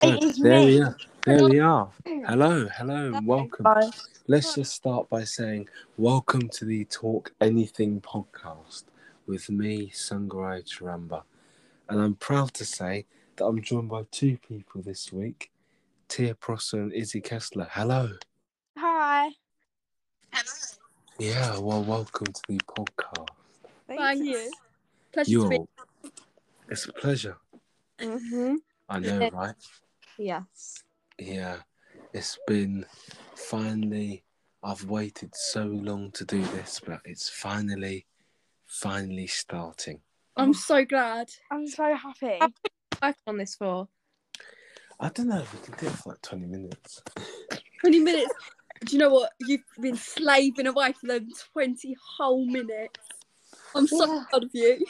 There me. we are. There we are. Hello, hello, and welcome. Bye. Let's just start by saying welcome to the Talk Anything podcast with me, Sungarai Chiramba. And I'm proud to say that I'm joined by two people this week, Tia Prosser and Izzy Kessler. Hello. Hi. Yeah, well, welcome to the podcast. Thank Thanks. you. Pleasure to be. You're. It's a pleasure. Mm-hmm. I know, Yeah. right? Yes. Yeah, it's been finally. I've waited so long to do this, but it's finally, finally starting. I'm so glad. I'm so happy. Working on this for I don't know if we can do it for like 20 minutes. 20 minutes. Do you know what? You've been slaving away for them 20 whole minutes. I'm so proud of you.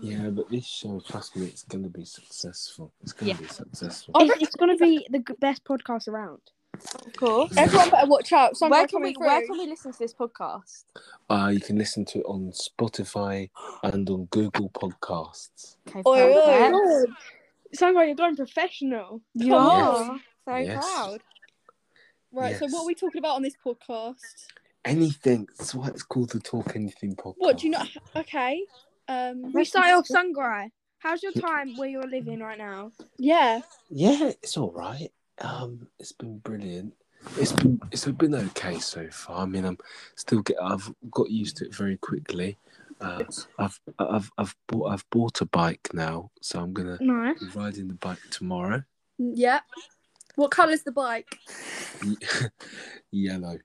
Yeah, but this show, trust me, it's going to be successful. It's going to be successful. It's, it's gonna be the g- best podcast around. Of course. Everyone better watch out. Someone Where can we where can we listen to this podcast? Uh, you can listen to it on Spotify and on Google Podcasts. Okay, Oi, oi. perfect. Good. It sounds like you're going professional. You are so Yes. proud. Right, so what Yes. are we talking about on this podcast? Anything. That's why it's called the Talk Anything podcast. What, do you not. Okay. Um, We start off Sungrai. How's your time where you're living right now? yeah. Yeah, it's all right. Um, it's been brilliant. It's been it's been okay so far. I mean, I'm still get. I've got used to it very quickly. Uh, I've I've I've bought I've bought a bike now, so I'm gonna Nice. be riding the bike tomorrow. Yeah. What colour's the bike? Yellow.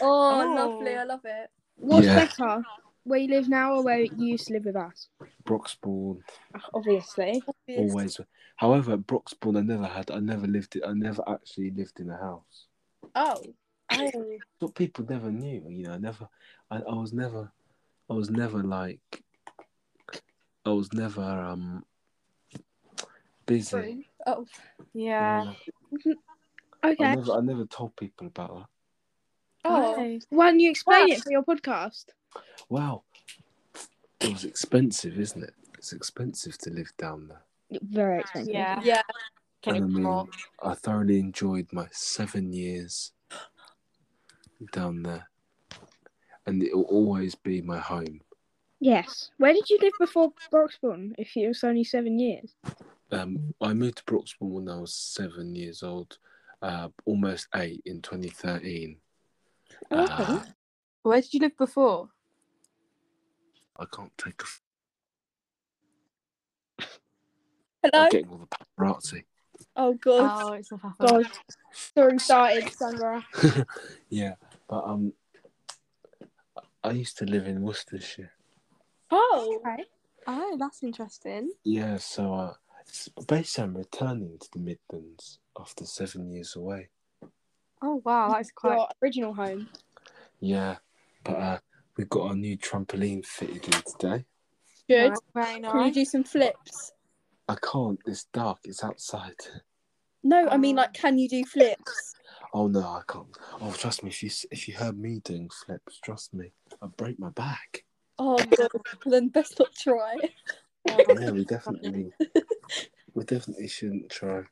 Oh, Oh. lovely. I love it. What's Yeah. better, where you live now or where you used to live with us? Broxbourne Uh, Obviously. always. However, Broxbourne I never had. I never lived. it. I never actually lived in a house. Oh. Oh. But people never knew. You know, I never. I, I was never. I was never like. I was never um. Busy. Sorry. Oh. Yeah. I Okay. never, I never told people about Oh. Why don't you explain Why? it for your podcast? that. Wow. It was expensive, isn't it? It's expensive to live down there. Very expensive. Yeah. Yeah. Can And it I be mean, more? I thoroughly enjoyed my seven years down there. And it will always be my home. Yes. Where did you live before Broxbourne? If it was only seven years. Um, I moved to Broxbourne when I was seven years old, uh, almost eight in 2013. Uh, Where did you live before? I can't take a f- Hello? getting all the paparazzi. Oh, God. Oh, it's a God. Story started, Sungrai. yeah, but um, I used to live in Worcestershire. Oh. Oh, that's interesting. Yeah, so uh, s- basically, I'm returning to the Midlands after seven years away. Oh wow, that's quite Your original home. Yeah, but uh, we got our new trampoline fitted in today. Good. very Can you nice. do some flips? I can't. It's dark. It's outside. No, I mean like, can you do flips? Oh no, I can't. Oh, trust me. If you s- if you heard me doing flips, trust me, I break my back. Oh god, then best not try. Yeah, we definitely, we definitely shouldn't try.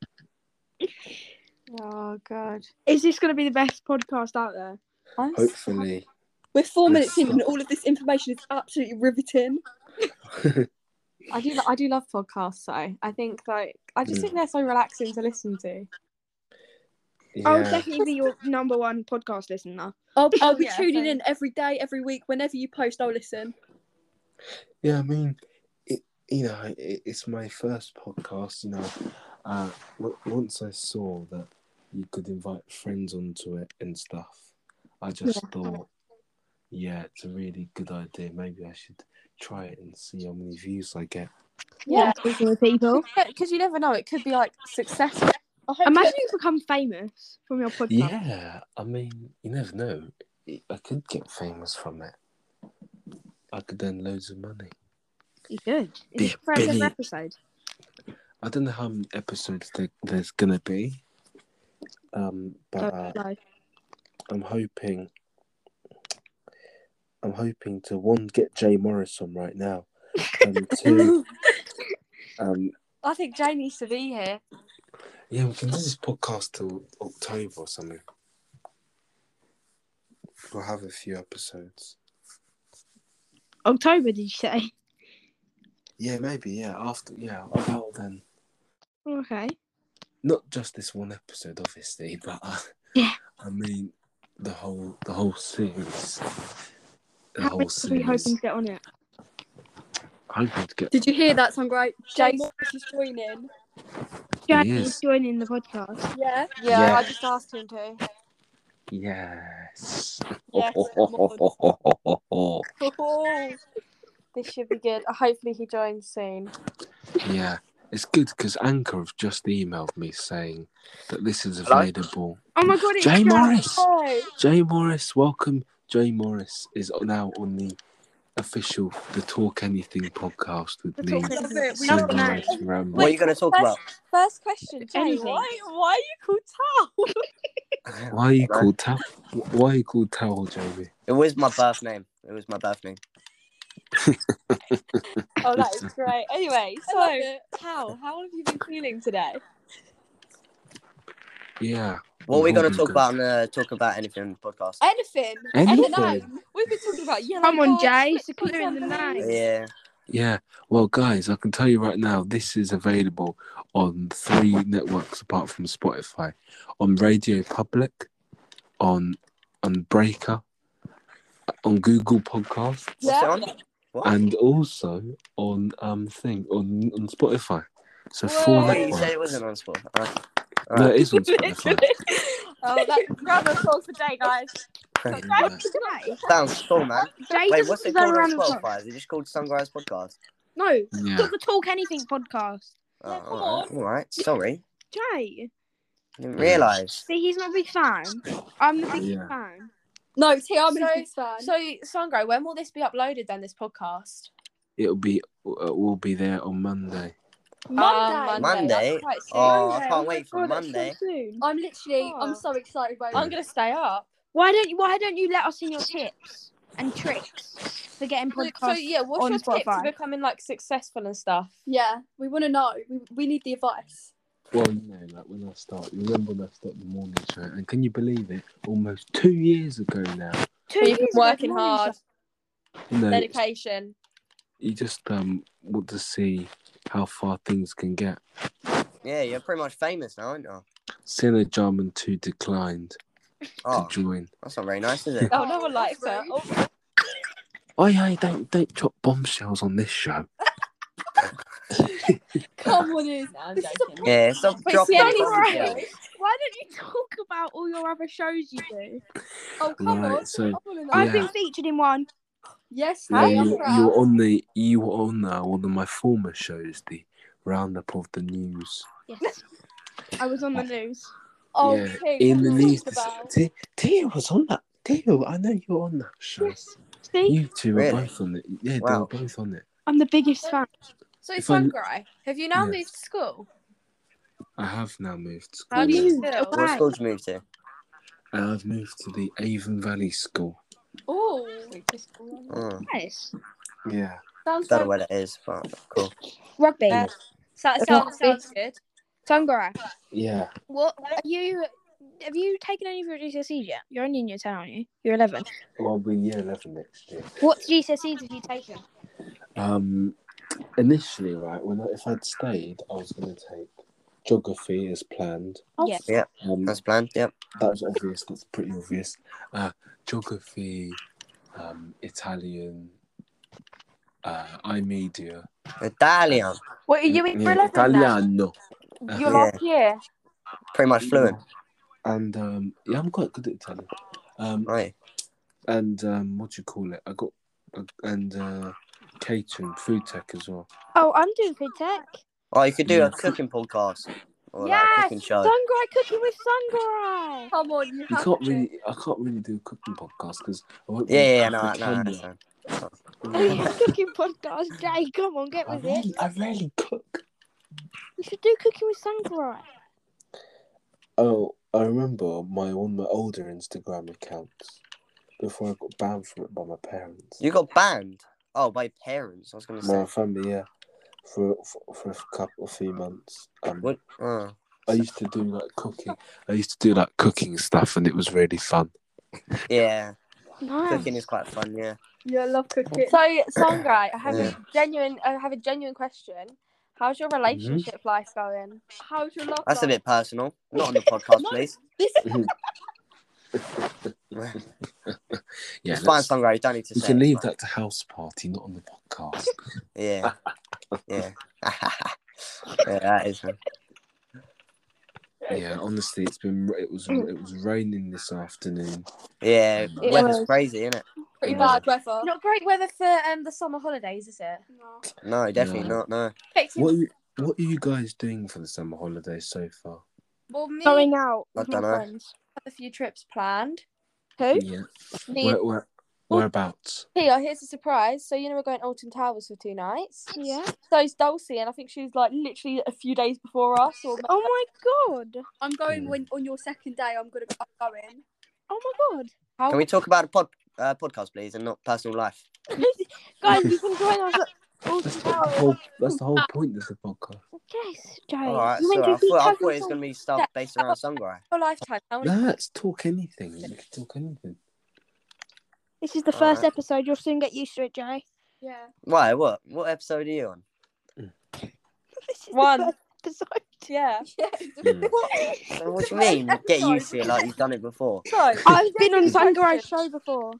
Oh god. Is this gonna be the best podcast out there? I'm so- Hopefully, We're four minutes in, and all of this information is absolutely riveting. I do. I do love podcasts. though. I think like I just Mm. think they're so relaxing to listen to. yeah. I'll definitely be your number one podcast listener. I'll, I'll be Yeah, tuning same. in every day, every week, whenever you post. I'll listen. Yeah, I mean, it, you know, it, it's my first podcast. You know, uh, w- once I saw that you could invite friends onto it and stuff, I just thought, yeah, it's a really good idea. Maybe I should try it and see how many views I get. Yeah. Speaking with people. because you never know. It could be like successful. I hope Imagine you become famous from your podcast. Yeah, I mean, you never know. I- I could get famous from it. I could earn loads of money. You could. Be Is this your first billion. ever episode? I don't know how many episodes there, there's gonna be, um, but. Uh, No. I'm hoping I'm hoping to one get Jay Morris on right now. And two um I think Jay needs to be here. Yeah, we can do this podcast till October or something. We'll have a few episodes. October, did you say? Yeah, maybe. Yeah, after. Yeah, about then. Okay. Not just this one episode, obviously, but uh, Yeah. I mean the whole the whole series. The How whole many are we series. hoping to get on it? Hoping to get. Did you hear that sound great? Jason- Jane, she's joining. Jack Yes. is joining the podcast. Yeah. Yeah, Yeah. I just asked him to. Yes. Yes, Oh Oh, This should be good. Hopefully he joins soon. yeah, it's good because Anchor have just emailed me saying that this is Hello? available. Oh my god, it's Jay Jack. Morris. Oh. Jay Morris, welcome. Jay Morris is now on the official The Talk Anything podcast with The me. Talk Love it. We Jay Anything. love the name. Morris Ramon. What are you going to talk Wait, about? First question, Jay, Anything. why, why are you called Tal? Why are you called Towel? Why are you called Towel, Jamie? It was my birth name. It was my birth name. Oh, that is great. Anyway, I love so it. Tal, how have you been feeling today? Yeah. What are we going Ooh, to talk good. about on the Talk About Anything podcast? Anything. Anything. Anything. um, We've been talking about yellow Come on, cards, Jay, red it's a clue in the cards, night. blue. Uh, Yeah. Yeah. Well, guys, I can tell you right now, this is available on three networks apart from Spotify on Radio Public, on on Breaker, on Google Podcasts, What's Yeah. it on? What? and also on um thing on, on Spotify. So Oh, four Whoa. you networks. said it wasn't on Spotify. Alright. No, Alright. it is on Spotify. Literally. oh, that's grammar for today, guys. Yeah. Sounds cool, man. Jay Wait, just what's it goes called on around and- Spotify? Is it just called Sunrise Podcast? No, it's yeah. got the Talk Anything podcast. Oh, Yeah, come alright. Alright, sorry. Jay, I didn't realise. see, he's not a big fan. I'm the biggest Yeah. fan. No, T, I'm So- a big fan. So, Sangro, when will this be uploaded then, this podcast? It'll be it will be there on Monday. Monday. Um, Monday? that's quite soon. Oh, Monday, I oh can't my wait for God, that's so Monday. soon. I'm literally, Oh. I'm so excited about I'm it. going to stay up. Why don't you? Why don't you let us in your tips and tricks for getting So, podcasts? yeah, what's on your tip to Spotify. becoming like successful and stuff? Yeah, we want to know. We, we need the advice. Well, you know, like when I start, you remember when I started the morning show, and can you believe it? Almost two years ago now. Two You've been years ago, working morning hard, show. You know, dedication. you just um want to see how far things can get. Yeah, you're pretty much famous now, aren't you? Senna Jarman two declined Oh, to join. that's not very nice, is it? Oh, no one likes that's her. rude. Oh, Oh yeah, don't don't drop bombshells on this show. Come on, in. no, I'm This is a joking. Yeah, stop But dropping see, it. anyway- on the show. Why don't you talk about all your other shows you do? Oh, come on. Right, so I wanna know. I've Yeah. been featured in one. Yes, yeah, Harry, I'm you, proud. you were on the you were on uh, one of my former shows, the roundup of the news. Yes. I was on the news. Oh, yeah, Pete, in the what are you news. talking This, about? T- Tia was on that. Tia, I know you were on that show. See, You two were Really? both on it. Yeah, Wow. they were both on it. I'm the biggest fan. So, If I'm- Sangro, have you now Yeah. moved to school? I have now moved to How do Cornwall, you Moved feel? What Right. school did you move to? and I've moved to the Avon Valley School. Oh, Oh, Nice. Yeah. sounds don't know so. where that is, but cool. Rugby. Uh, So that It's sounds, not- sounds good. Tangara, Yeah. what are you? Have you taken any of your GCSEs yet? You're only in your town, aren't you? You're 11. Well, I'll be year 11 next year. What GCSEs have you taken? Um, initially, right, when I, if I'd stayed, I was going to take geography as planned. Oh. Yeah. Um, That's planned, yep. that was obvious. That's pretty obvious. Uh, geography, um, Italian, uh, I media. Italian. What are Yeah, Italiano. You're Yeah. last year. Pretty much fluent. And um, yeah, I'm quite good at Italian. Um, Right. and um, what do you call it? I got uh, and uh, catering, food tech as well. Oh, I'm doing food tech. Oh, you could do Yeah. a cooking podcast. Or like a yes, cooking show. Sungai cooking with Sungai. Come on, you You have can't to. really, I can't really do a cooking podcast because I won't. be Yeah, yeah, yeah, able no, to no, I camera. understand. cooking podcast, Jay. Come on, get I with it. rarely, I rarely cook. You should do cooking with Sungai. Oh, I remember my one of my older Instagram accounts before I got banned from it by my parents. You got banned. Oh, by parents. I was gonna say. My family, yeah, for for, for a couple of few months. Um, What? Oh, I used to do like cooking. I used to do like cooking stuff, and it was really fun. Yeah, Nice. cooking is quite fun. Yeah. Yeah, I love cooking. So, Songra, I have Yeah. Mhm. a genuine, I have a genuine question. How's your relationship life going? How's your love? That's a life? bit personal. Not on the podcast, No. please. This Yeah, it's fine, let's- songwriter. You don't need to we say can it, leave it's that to house party, not on the podcast. fine. Yeah. yeah. yeah, that is. fun. yeah, honestly, it's been it was it was raining this afternoon. Yeah, It weather's was. crazy, isn't it? pretty Yeah. bad weather. Not great weather for um, the summer holidays, is it? No, definitely No. not. No. Fixing- What are you, what are you guys doing for the summer holidays so far? Well, me I Going out with my I dunno. friends. have a few trips planned. Who? Yeah, Me and where, where whereabouts? Tia, here's a surprise. So you know we're going to Alton Towers for two nights. Yeah. So it's Dulcie, and I think she's like literally a few days before us. Or Oh my god. I'm Mm. going when on your second day. I'm gonna I'm going. Oh my god. how Can we talk about a pod, uh, podcast, please, and not personal life? Guys, you can join us at That's Alton the Towers. whole that's the whole point of the podcast. Yes, James. All right. you So went I to the thought, I Tavern thought it was Hall. going to be stuff based around songwriter. Your lifetime. How many- Nah, it's talk anything. You can talk anything. This is the All first right. episode. You'll soon get used to it, Jay. Yeah. Why? What? What episode are you on? This is One. The first episode. Yeah. Mm. So What do you mean? Get used to it like you've done it before. So I've been on Question. Sunrise show before.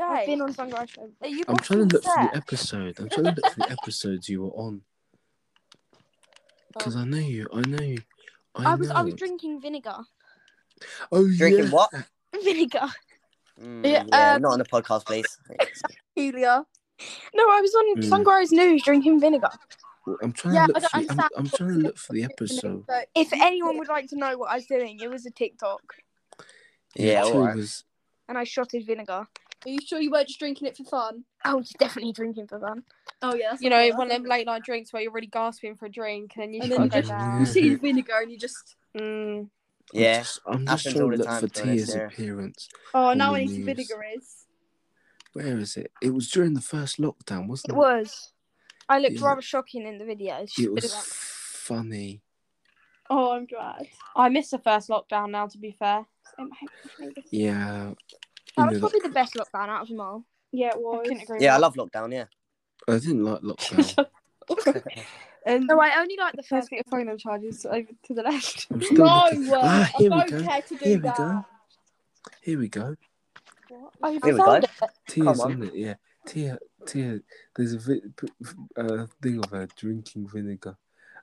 I've Jay, been on Sunrise show. are you I'm trying to look for the upset? episode. I'm trying to look for the episodes you were on because I know you. I know you. I, I was I was know. drinking vinegar. oh, Drinking yeah. what? Vinegar. Mm, yeah, Yeah, um, not on the podcast, please. Helia. No, I was on Mm. Sunrise News drinking vinegar. I'm trying Yeah, to I look. don't For the, I'm, understand. I'm trying to look for the episode. But If anyone would like to know what I was doing, it was a TikTok, Yeah, You two alright. was and I shotted vinegar. are you sure you weren't just drinking it for fun? I was Oh, definitely drinking for fun. Oh yeah. that's You know, what I one of them think. late night drinks where you're really gasping for a drink and then you And just then gotta go you just- down. You see the vinegar and you just. Mm. I'm Yeah. just, I'm happens just trying all the to look time, for to be honest, Tia's yeah. appearance. Oh, On now the I need some news. vinegar is. Where is it? It was during the first lockdown, wasn't It it? was. I looked Yeah. rather shocking in the videos. It was funny. Oh, I'm glad. I missed the first lockdown now, to be fair. Yeah. You That know, was probably the best lockdown out of them all. Yeah, it I was. couldn't agree Yeah, I more. love lockdown, yeah. I didn't like lockdown. And No, I only like the first first. bit of phone charges over to the left. I'm still No, looking- uh, Ah, I here we don't go. care to do Here we that. go. Here we go. Oh, you Here we found go. it. Tia's on. on it. Yeah. Tia. Tia. There's a vi- p- f- uh, thing of her drinking vinegar,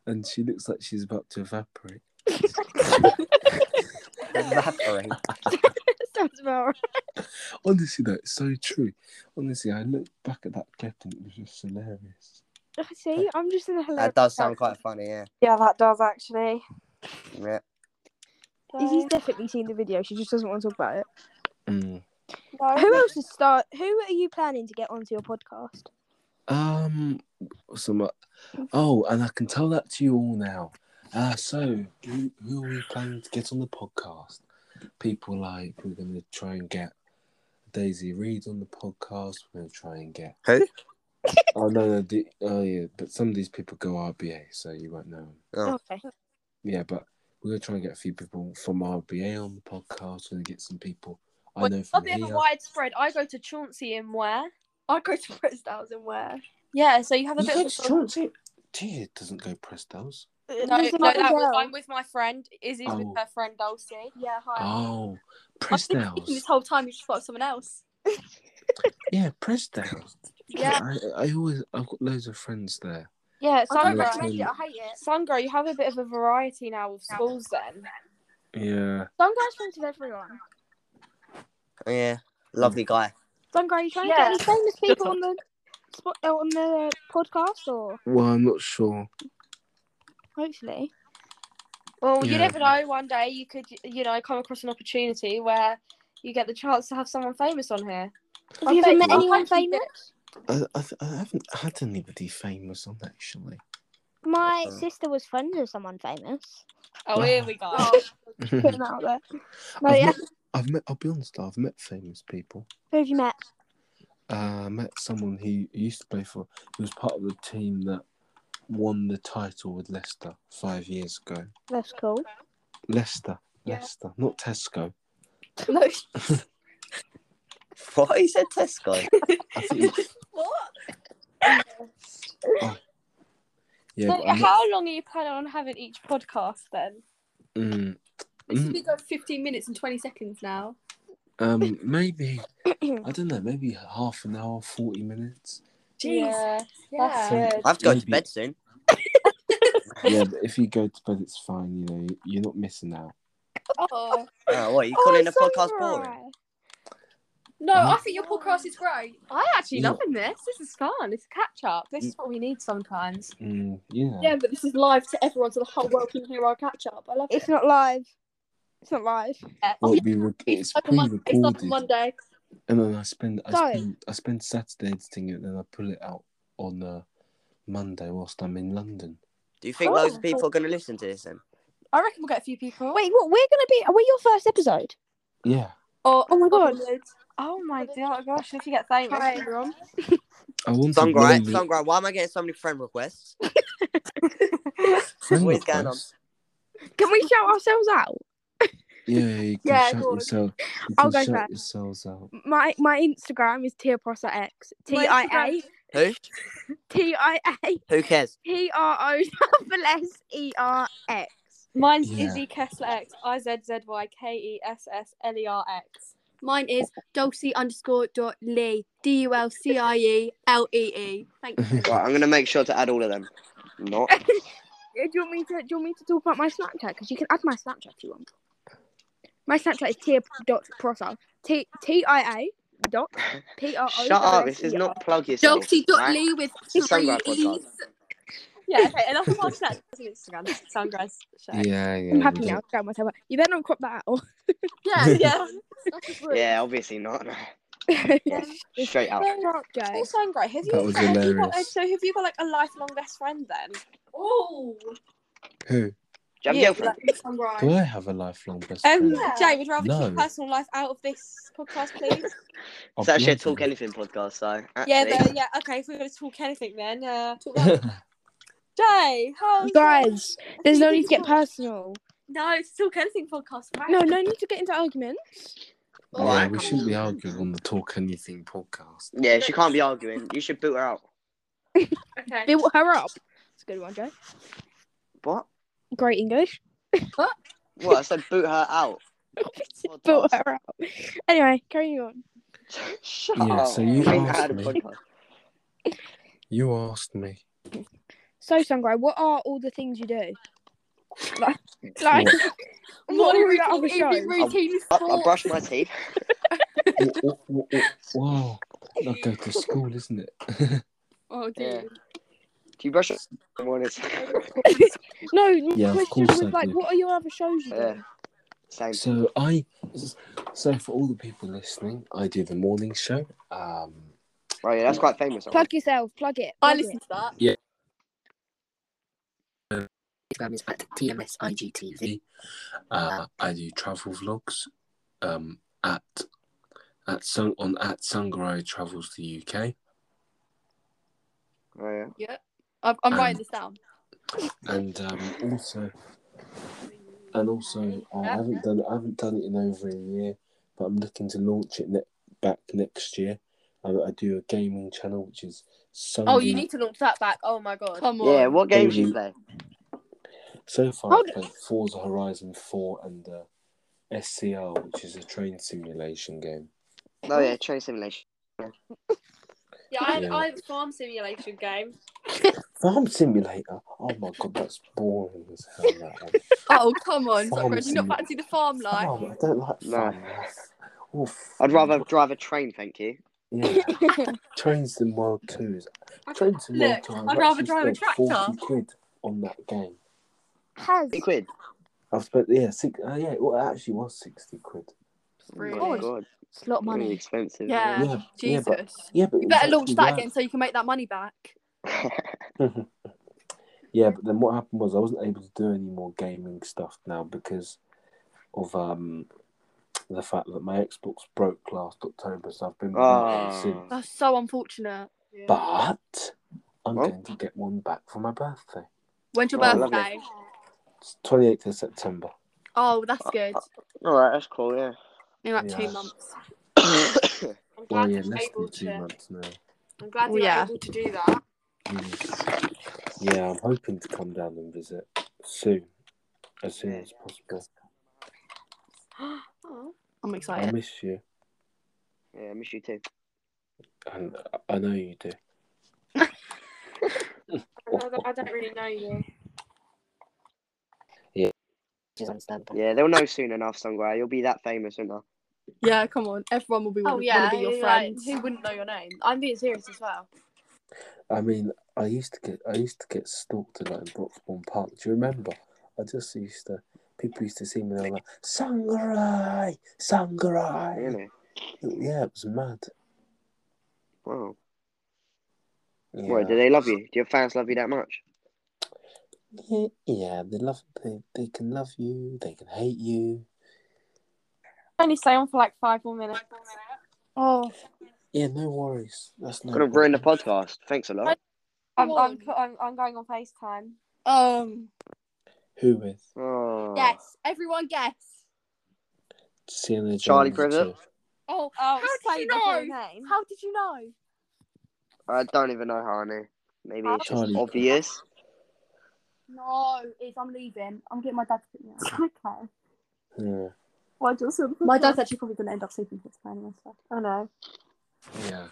and she looks like she's about to evaporate. Evaporate. Sounds about right. Honestly, though, it's so true. Honestly, I looked back at that clip and it was just hilarious. See, I'm just in the hello. That does sound quite funny, yeah. Yeah, that does actually. Yeah. He's definitely seen the video. She just doesn't want to talk about it. Mm. Who else is start? Who are you planning to get onto your podcast? Um, some. Oh, and I can tell that to you all now. Uh, so, who, who are we planning to get on the podcast? People like we're going to try and get Daisy Reed on the podcast. We're going to try and get. Who? Oh no, no, the, oh yeah, but some of these people go RBA, so you won't know. 'em. Oh. Okay. Yeah, but we're going to try and get a few people from RBA on the podcast. We're going to get some people I Well, know Not from the other here. widespread. I go to Chauncey in Ware. I go to Brits Styles and wear. Yeah, so you have a You bit go of a to Chauncey. Tia doesn't go Prestels. No, no, There's that another was, girl. I'm with my friend. Izzy's with Oh. her friend Dulcie. Yeah, hi. Oh, I've been thinking Prestels. this whole time you just thought of someone else. Yeah, Prestels. Yeah, I, I always I've got loads of friends there. yeah. I don't Sandra. recommend it. I hate it. Sungrow, you have a bit of a variety now with schools then. Yeah. Some guys friends with everyone. Yeah. Lovely guy. Some guy, you trying Yeah. to get any famous people on the spot, uh, on the podcast, or Well, I'm not sure. hopefully. Well, Yeah. you never know. One day you could, you know, come across an opportunity where you get the chance to have someone famous on here. Have you ever bet met you- anyone I'll bet you famous? I, I I haven't had anybody famous on actually. My Uh-uh. sister was friends with someone famous. Oh, here we go. Oh, I've, Put them out there. No, yeah. met, I've met. I'll be honest. though, I've met famous people. Who have you met? Uh, I met someone who used to play for. He was part of the team that won the title with Leicester five years ago. That's cool. Leicester. Yeah. Leicester, not Tesco. No, What? He said Tesco. I think, What? yeah, So but I'm not, how long are you planning on having each podcast then? mm, This Mm. has been going 15 minutes and 20 seconds now. um, maybe I don't know. Maybe half an hour, forty minutes. Jeez. Yeah, that's Yeah. good. I have to go to Maybe. bed soon. Yeah, but if you go to bed, it's fine. You know, you're not missing out. Oh, Oh, what? You calling the so podcast boring? right. No, Mm. I think your podcast is great. I'm actually Yeah. loving this. This is fun. It's a catch up. This is what we need sometimes. Mm, yeah. Yeah, but this is live to everyone, so the whole world can hear our catch up. I love it. It's not live. It's not live. Yeah. Well, we re- it's like a Mon- it's like a pre-recorded, Monday. and then I spend I Sorry. spend I spend Saturday editing it, and then I put it out on uh, Monday whilst I'm in London. Do you think loads of people are going to listen to this then? I reckon we'll get a few people. Wait, what? We're gonna be. Are we your first episode? Yeah, Oh, Oh my God. Oh my dear gosh, if you get thanked. Hi, Right. everyone. I want to Songwriting, really- songwriting. Why am I getting so many friend requests? friend what is going on? request. Can we shout ourselves out? Yeah, yeah, you can Yeah, shout go on. yourself. You I'll can go shout first. yourselves out. My my Instagram is tiaprosa x t i a Instagram- Who? t i a Who cares? t r o double s e r x. Mine's Yeah. Izzy Kessler X, I Z Z Y K E S S L E R X. Mine is Dulcie underscore dot Lee. D U L C I E L E E. Thank you. Right, I'm going to make sure to add all of them. Yeah, Not. Do you want me to do you want me to talk about my Snapchat? Because you can add my Snapchat if you want. My Snapchat is tia dot prosa t t i a dot p r E. o. Shut up. This is not plug yourself. Dulcie dot right? Lee with It's three Sunrise podcast. E's. Yeah, okay, enough of our snacks on Instagram. Sunrise show. Yeah, yeah. I'm we happy don't- now. I'll grab myself. up. You better not crop that out. Yeah, yeah. Yeah, obviously not. Yeah, straight out. Crop, Jay. Also, I'm great. Have you, That was have you got, hilarious. so have you got like a lifelong best friend then? Oh, Who? Do you have a Yeah, girlfriend? Do I have a lifelong best Oh, Um, friend? yeah. Jay, would you rather No. keep personal life out of this podcast, please? I'll It's actually a bloody- Talk Anything podcast, so. yeah, actually- but, yeah. Okay, if we're going to talk anything, then uh, talk about Jay. How Guys, there's no need to get personal. no, it's talk anything podcast. Right? No, no need to get into arguments. yeah, we shouldn't be arguing on the Talk Anything podcast. Yeah, she can't be arguing. You should boot her out. Okay. Build her up. It's a good one, Jay. What? Great English. What? I said boot her out. Build her up. Anyway, carrying on. Shut Yeah, up. so you Think I asked had a me. podcast. You asked me. So, Sangrai, what are all the things you do? Like, like what morning are the routine, other evening shows? routine, I, sport. I brush my teeth. Wha- wha- wha- wha- Wow. That go to school, isn't it? Oh, Yeah. dear. Do you brush your mornings? No, Yeah, my of question course was I like, do. what are your other shows you do? Yeah. Same. So I, so for all the people listening, I do the morning show. Um, Right, Oh, yeah, that's quite famous. alright. Plug yourself, plug it. I plug listen to that. Instagram is at TMSIGTV. E Uh, I do travel vlogs. Um, at at sun on at Sungrow travels the UK, Oh, yeah. I'm, I'm Um, writing this down. and um, also and also uh, I haven't done I haven't done it in over a year, but I'm looking to launch it ne- back next year. I, I do a gaming channel which is Sunday. Oh, you need to launch that back. Oh my god. Come on. Yeah, what games Mhm. you play? So far, Hold- I've played Forza Horizon 4 and uh, SCR, which is a train simulation game. Oh yeah, train simulation. Yeah, I have, Yeah. I have a farm simulation game. Farm Simulator? Oh my god, that's boring as hell. That one. Oh, come on. Farm Sorry, do you not sim- fancy the farm life? Farm, I don't like No. farm. No. Oof. I'd rather drive a train, thank you. Yeah. Trains in World 2 is. Trains in World Look, 2. I'd rather drive a spent 40 tractor. quid on that game. Has. Eight quid. Oh, I've spent, yeah, six, uh, yeah, well, it actually was 60 quid. Oh Really? my god, It's a lot of really money. expensive. Yeah. Yeah, yeah, Jesus. but. Yeah, but it was you better launch actually that worth again so you can make that money back. Yeah, but then what happened was I wasn't able to do any more gaming stuff now because of um the fact that my Xbox broke last October, so I've been without it since. Oh. That's so unfortunate. But I'm Well. going to get one back for my birthday. When's your Oh, lovely. birthday? It's 28th of September. Oh, that's good. All right, that's cool. Yeah. In like Yeah. two months. I'm glad Well, yeah, you're less able than to. two months now. I'm glad Well, you're yeah. able to do that. Mm. Yeah, I'm hoping to come down and visit soon, as soon as possible. Oh, I'm I excited. miss you, Yeah, I miss you too. and I know you do. I don't- I don't really know you. Yeah, they'll know soon enough, somewhere. You'll be that famous, won't they? Yeah, come on. Everyone will be Oh wanna- yeah, wanna be your like, friends. who wouldn't know your name? I'm being serious as well. I mean, I used to get I used to get stalked a lot in Broxbourne Park. Do you remember? I just used to people used to see me and they were like Sangarai, Sangarai. Really? Yeah, it was mad. Wow. Yeah, What, do they love you? Do your fans love you that much? yeah, yeah, they love they, they can love you, they can hate you. Only stay on for like five more minutes. Oh, Yeah, no worries. That's no. Gonna ruin the problem. podcast. Thanks a lot. I'm, Come I'm, on. I'm, I'm going on FaceTime. Um, Who with Oh. guess. Everyone guess. Sienna Charlie Jones Privet? too. Oh, Oh, How say did you the full know? name. how did you know? I don't even know how I knew. Maybe it's just Charlie. obvious. No, it's I'm leaving. I'm getting my dad to pick me up. okay. Yeah, Why do you still- My dad's actually probably going to end up sleeping with this anyway. So. Oh no. yeah.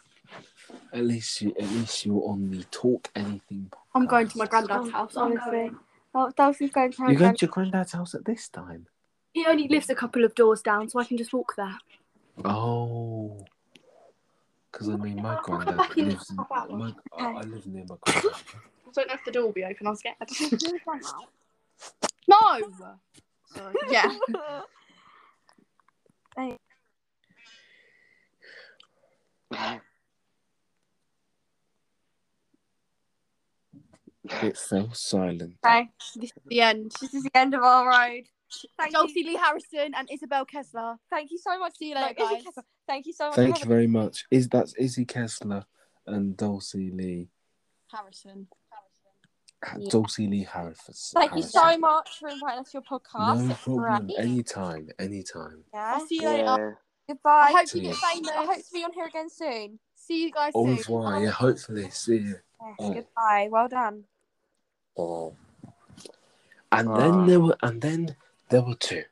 At least you, at least you're on the talk anything. I'm podcast. going to my granddad's house. Honestly, Honestly. Oh, Dulcie's going to her You're going grand- to your granddad's house at this time. he only lives a couple of doors down, so I can just walk there. Oh, because I mean, my granddad back in- lives. In, pop out my, I I live near my granddad. I don't know if the door will be open. I was scared. no. Sorry. Yeah. it fell silent. Okay, This is the end. this is the end of our road. Thank Chelsea you. Lee Harrison and Isabel Kessler. Thank you so much. See you No, later, Izzy guys. Kessler, Thank you so Oh, much. Thank for you very much. Is that's Izzy Kessler and Dulcie Lee, Harrison. Dulcie Dulcie Lee Harris. Thank you so much for inviting us to your podcast. No problem. Great. Anytime, anytime. Yeah. I'll see you later. Yeah. I Goodbye. hope you See get you. famous. I hope to be on here again soon. See you guys soon. Always why. Yeah. Hopefully, see you. Yes, Alright. goodbye. Well done. Oh. And Ah. then there were, and then there were two.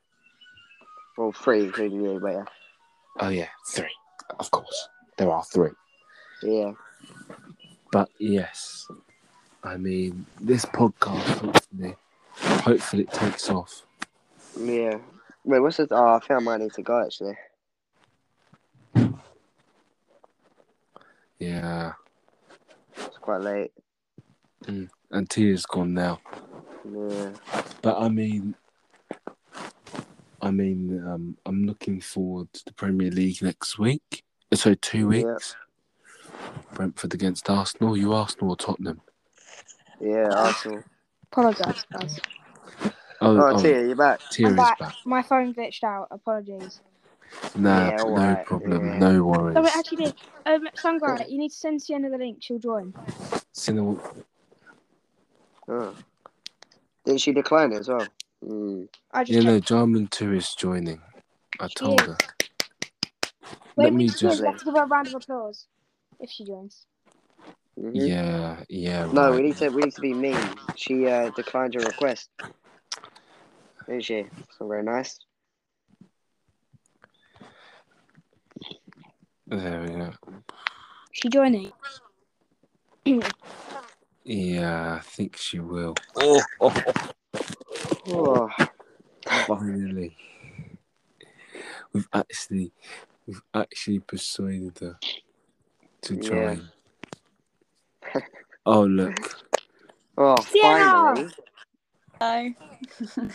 Well, three, including you, but yeah. Oh yeah, three. Of course, there are three. Yeah. But yes, I mean this podcast hopefully, hopefully it takes off. Yeah. Wait, what's this? Oh, I think I might need to go actually. Yeah, It's quite late. and tears gone now. Yeah. But I mean, I mean, um, I'm looking forward to the Premier League next week. So two Yeah. weeks. Brentford against Arsenal. You Arsenal or Tottenham? Yeah, Arsenal. apologize, guys. Oh, Oh, oh, Tia, you're back. Tia is back. back. My phone glitched out. Apologies. No, Yeah, no alright, problem. yeah. No No, worries. it actually did. Um, Sunground, you need to send Sienna the link. She'll join. Cinema- Oh. Didn't she decline it as well? Mm. I Yeah, just no, checked. Jarman too is joining. I told her. Let when me we do, just. we have to give her a round of applause if she joins. hmm Yeah, yeah. No, right. we need to we need to be mean. She uh, declined your request. Didn't she? It's not very nice. There we go. She joining. Yeah, I think she will. Oh, Finally, we've actually, we've actually persuaded her to Yeah. join. oh look, oh Sienna! finally. No.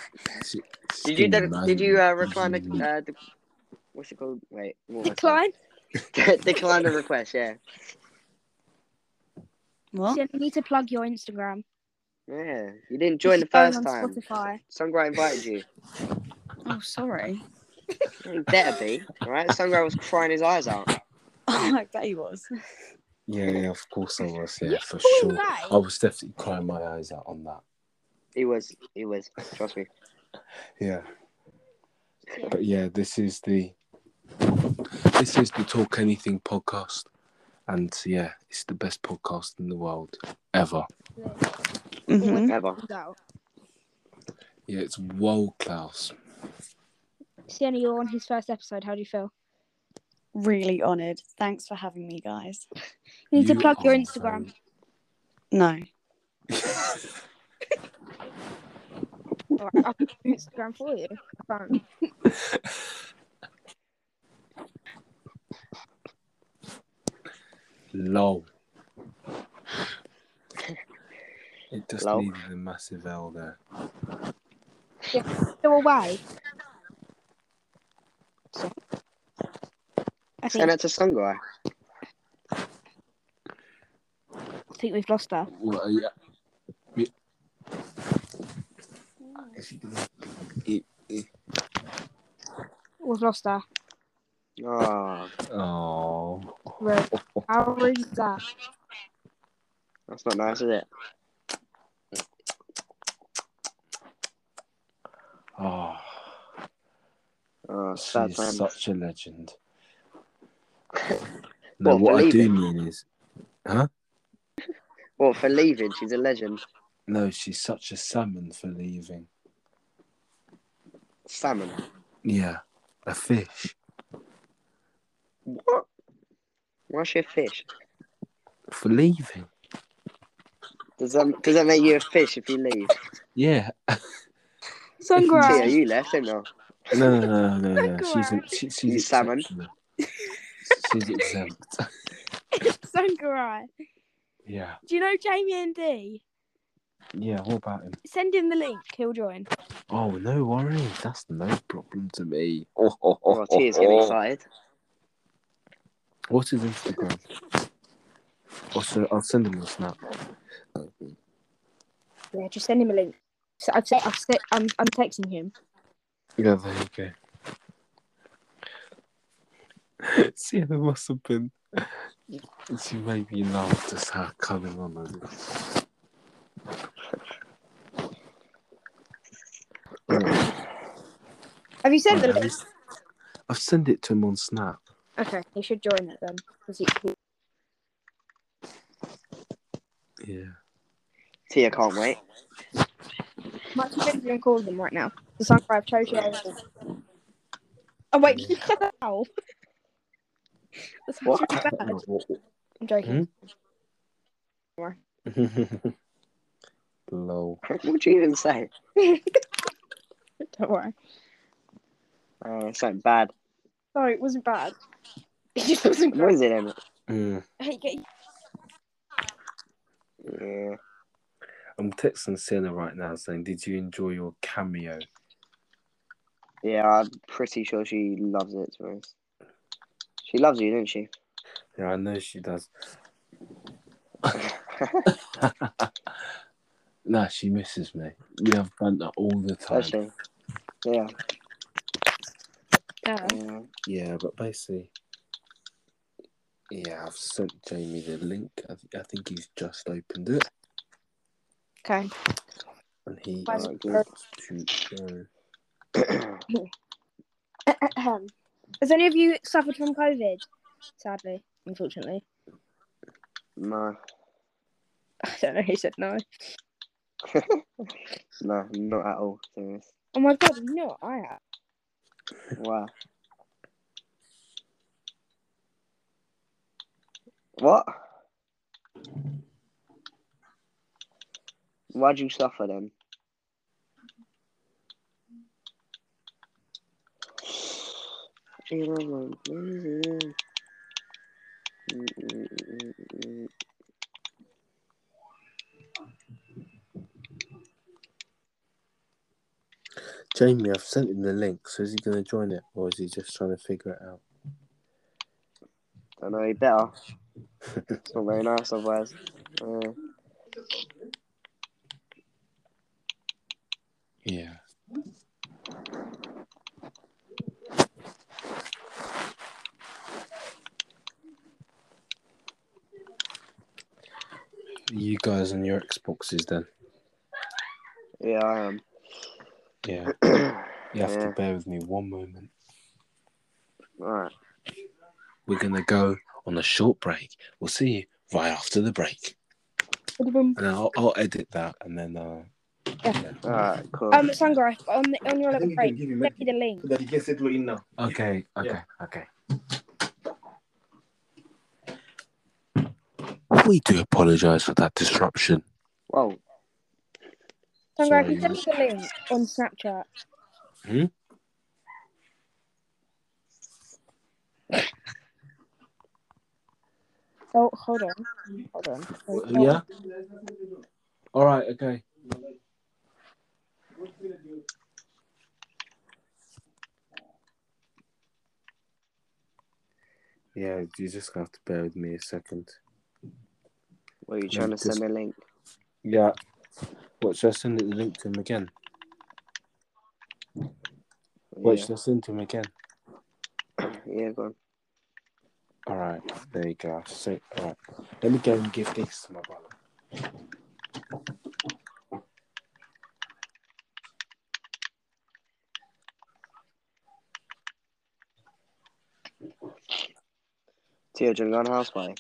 she, Did you de- did you uh, recline recline the uh, the what's it called? Wait, what was it? Decline. decline the request. Yeah, What? Sienna, you need to plug your Instagram. yeah. You didn't join the She's going on first time. Spotify. Sungrow invited you. Oh, sorry. You better be. All right. Sungrow was crying his eyes out. Oh, I bet he was. Yeah, yeah, of course I was. Yeah, for Who sure. is that? I was definitely crying my eyes out on that. He was. He was. Trust me. Yeah. But yeah, this is the this is the Talk Anything podcast, and yeah, it's the best podcast in the world ever. Mhm. Ever. Go. Yeah, it's world class. Sienna, you're on his first episode. How do you feel? Really honoured. Thanks for having me, guys. You need to You plug your are Instagram. very- No. All right, I'll put your Instagram for you. Fine. Lol. It just Lol. needed a massive L there. So away. I Send think, that to some guy. I think we've lost her. Well, yeah. We- If you can- it- We've lost her. Oh, Oh, Rude. How rude is that? that's not nice, is it? oh, Oh, sad she's time. such a legend. no, What, what I believe do it? mean is, huh? Well, for leaving, she's a legend. No, she's such a salmon for leaving. Salmon. Yeah, a fish. What? Why's she a fish? For leaving. Does that does that make you a fish if you leave? Yeah. Tia, Sungra. you left, didn't you? No, no, no, no, no. no. She's, an, she, You she's salmon. exceptional. She's exempt. Sangarai. Yeah. Do you know Jamie and D? Yeah, what about him? Send him the link. He'll join. Oh, no worries. That's no problem to me. Oh, oh, Oh, oh, oh, Tia's getting oh. excited. What's his Instagram? Also, I'll send him a snap. Yeah, just send him a link. So I've said, I've said, I'm, I'm texting him. Yeah, there you go. See, there must have been. She made me laugh just how coming on as it. Right, Have you sent the right, link? I've- I've sent it to him on Snap. Okay, he should join it then. 'cause he- he- Yeah. Tia can't wait. Much better than call them right now. The Sangarai have chosen over. Oh wait, no. That's What? really bad. I'm joking. Lol. what would you even say? Don't worry. Oh, it's something bad. Sorry, it wasn't bad. It just wasn't What great. is it, um, Emma? Mm. Hey, get- Yeah. I'm texting Senna right now saying, Did you enjoy your cameo? Yeah, I'm pretty sure she loves it, to be honest. She loves you, doesn't she? Yeah, I know she does. Nah, she misses me. We have done that all the time. Does she? Yeah. Yeah. yeah. Yeah, but basically, yeah, I've sent Jamie the link. I, th- I think he's just opened it, Okay. and he Why wants is it to go. Hmm? Has any of you suffered from COVID? Sadly, unfortunately. No, I don't know who said no. no, not at all. To be honest. Oh my god, no, I have. Wow. What? Why'd you suffer then? Jamie, I've sent him the link. So is he going to join it, or is he just trying to figure it out? Don't know, he better. it's not very nice otherwise. Uh, Yeah. You guys on your Xboxes then? yeah, I am. Yeah. You have Yeah. to bear with me one moment. All right. We're going to go on a short break. We'll see you right after the break. Um, And I'll, I'll edit that and then. Uh, All right. Cool. Um, Sangarai, on, the, on your I little think we break, can give you send me the link. so that he gets it written now. Okay, okay, Yeah. okay. We do apologise for that disruption. Whoa. Sangarai, Sorry, can you send me the link on Snapchat? Hmm? Oh, hold on. Hold on. Uh, Yeah? Alright, okay. Yeah, you just have to bear with me a second. What are you Can I trying to send just- me a link? Yeah. What, should I send it the link to him again? What, Yeah. should I send to him again? Yeah. Go on. All right, there you go. So, all right, let me go and give this to my brother. Tio, do you want to go on house party?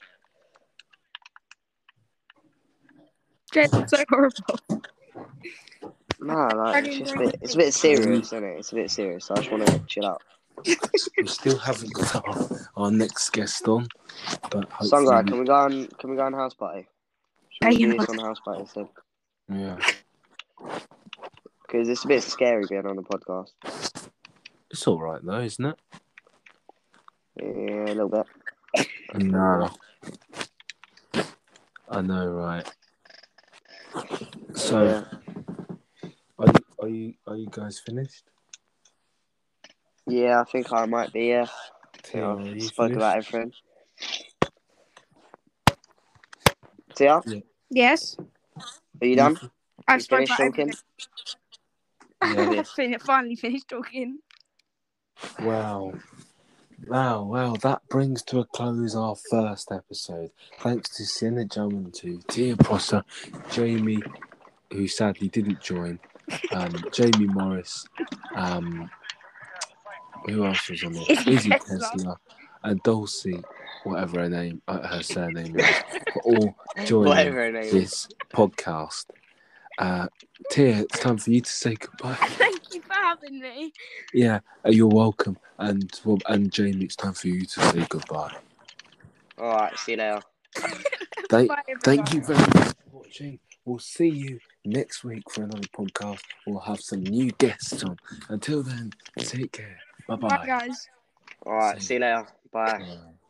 Jen, so horrible. Nah, like it's just a bit. It's a bit serious, isn't it? It's a bit serious. So I just want to chill out. We still haven't got our, our next guest on, but hopefully, Sungai, can we go on? Can we go on house party? Should we Hey, you do know this on house party instead? yeah, Because it's a bit scary being on the podcast. it's all right though, isn't it? Yeah, a little bit. No, I know, right? So, Yeah. are you, are you are you guys finished? Yeah, I think I might be. Yeah, Tia, yeah are you spoke about finished? everything. Tia, are Yes, you done? I've you spoken finished about everything. talking? Yeah. I've fin- finally finished talking. Wow. Wow, wow, that brings to a close our first episode. Thanks to Sienna Drummond, to Tia Prosser, Jamie, who sadly didn't join, um, Jamie Morris, um, who else was on there? Izzy Izzy Tesla. Tesla, and Dulcie, whatever her name, uh, her surname is, for all joining Whatever her name is. this podcast. Uh, Tia, it's time for you to say goodbye. Thank you for having me. Yeah, uh, you're welcome. And well, and Jamie, it's time for you to say goodbye. All right, see you later. Thank, Bye, everyone. thank you very much for watching. We'll see you next week for another podcast. We'll have some new guests on. Until then, take care. Bye-bye. Bye, guys. All right, See see you later. Bye. Bye.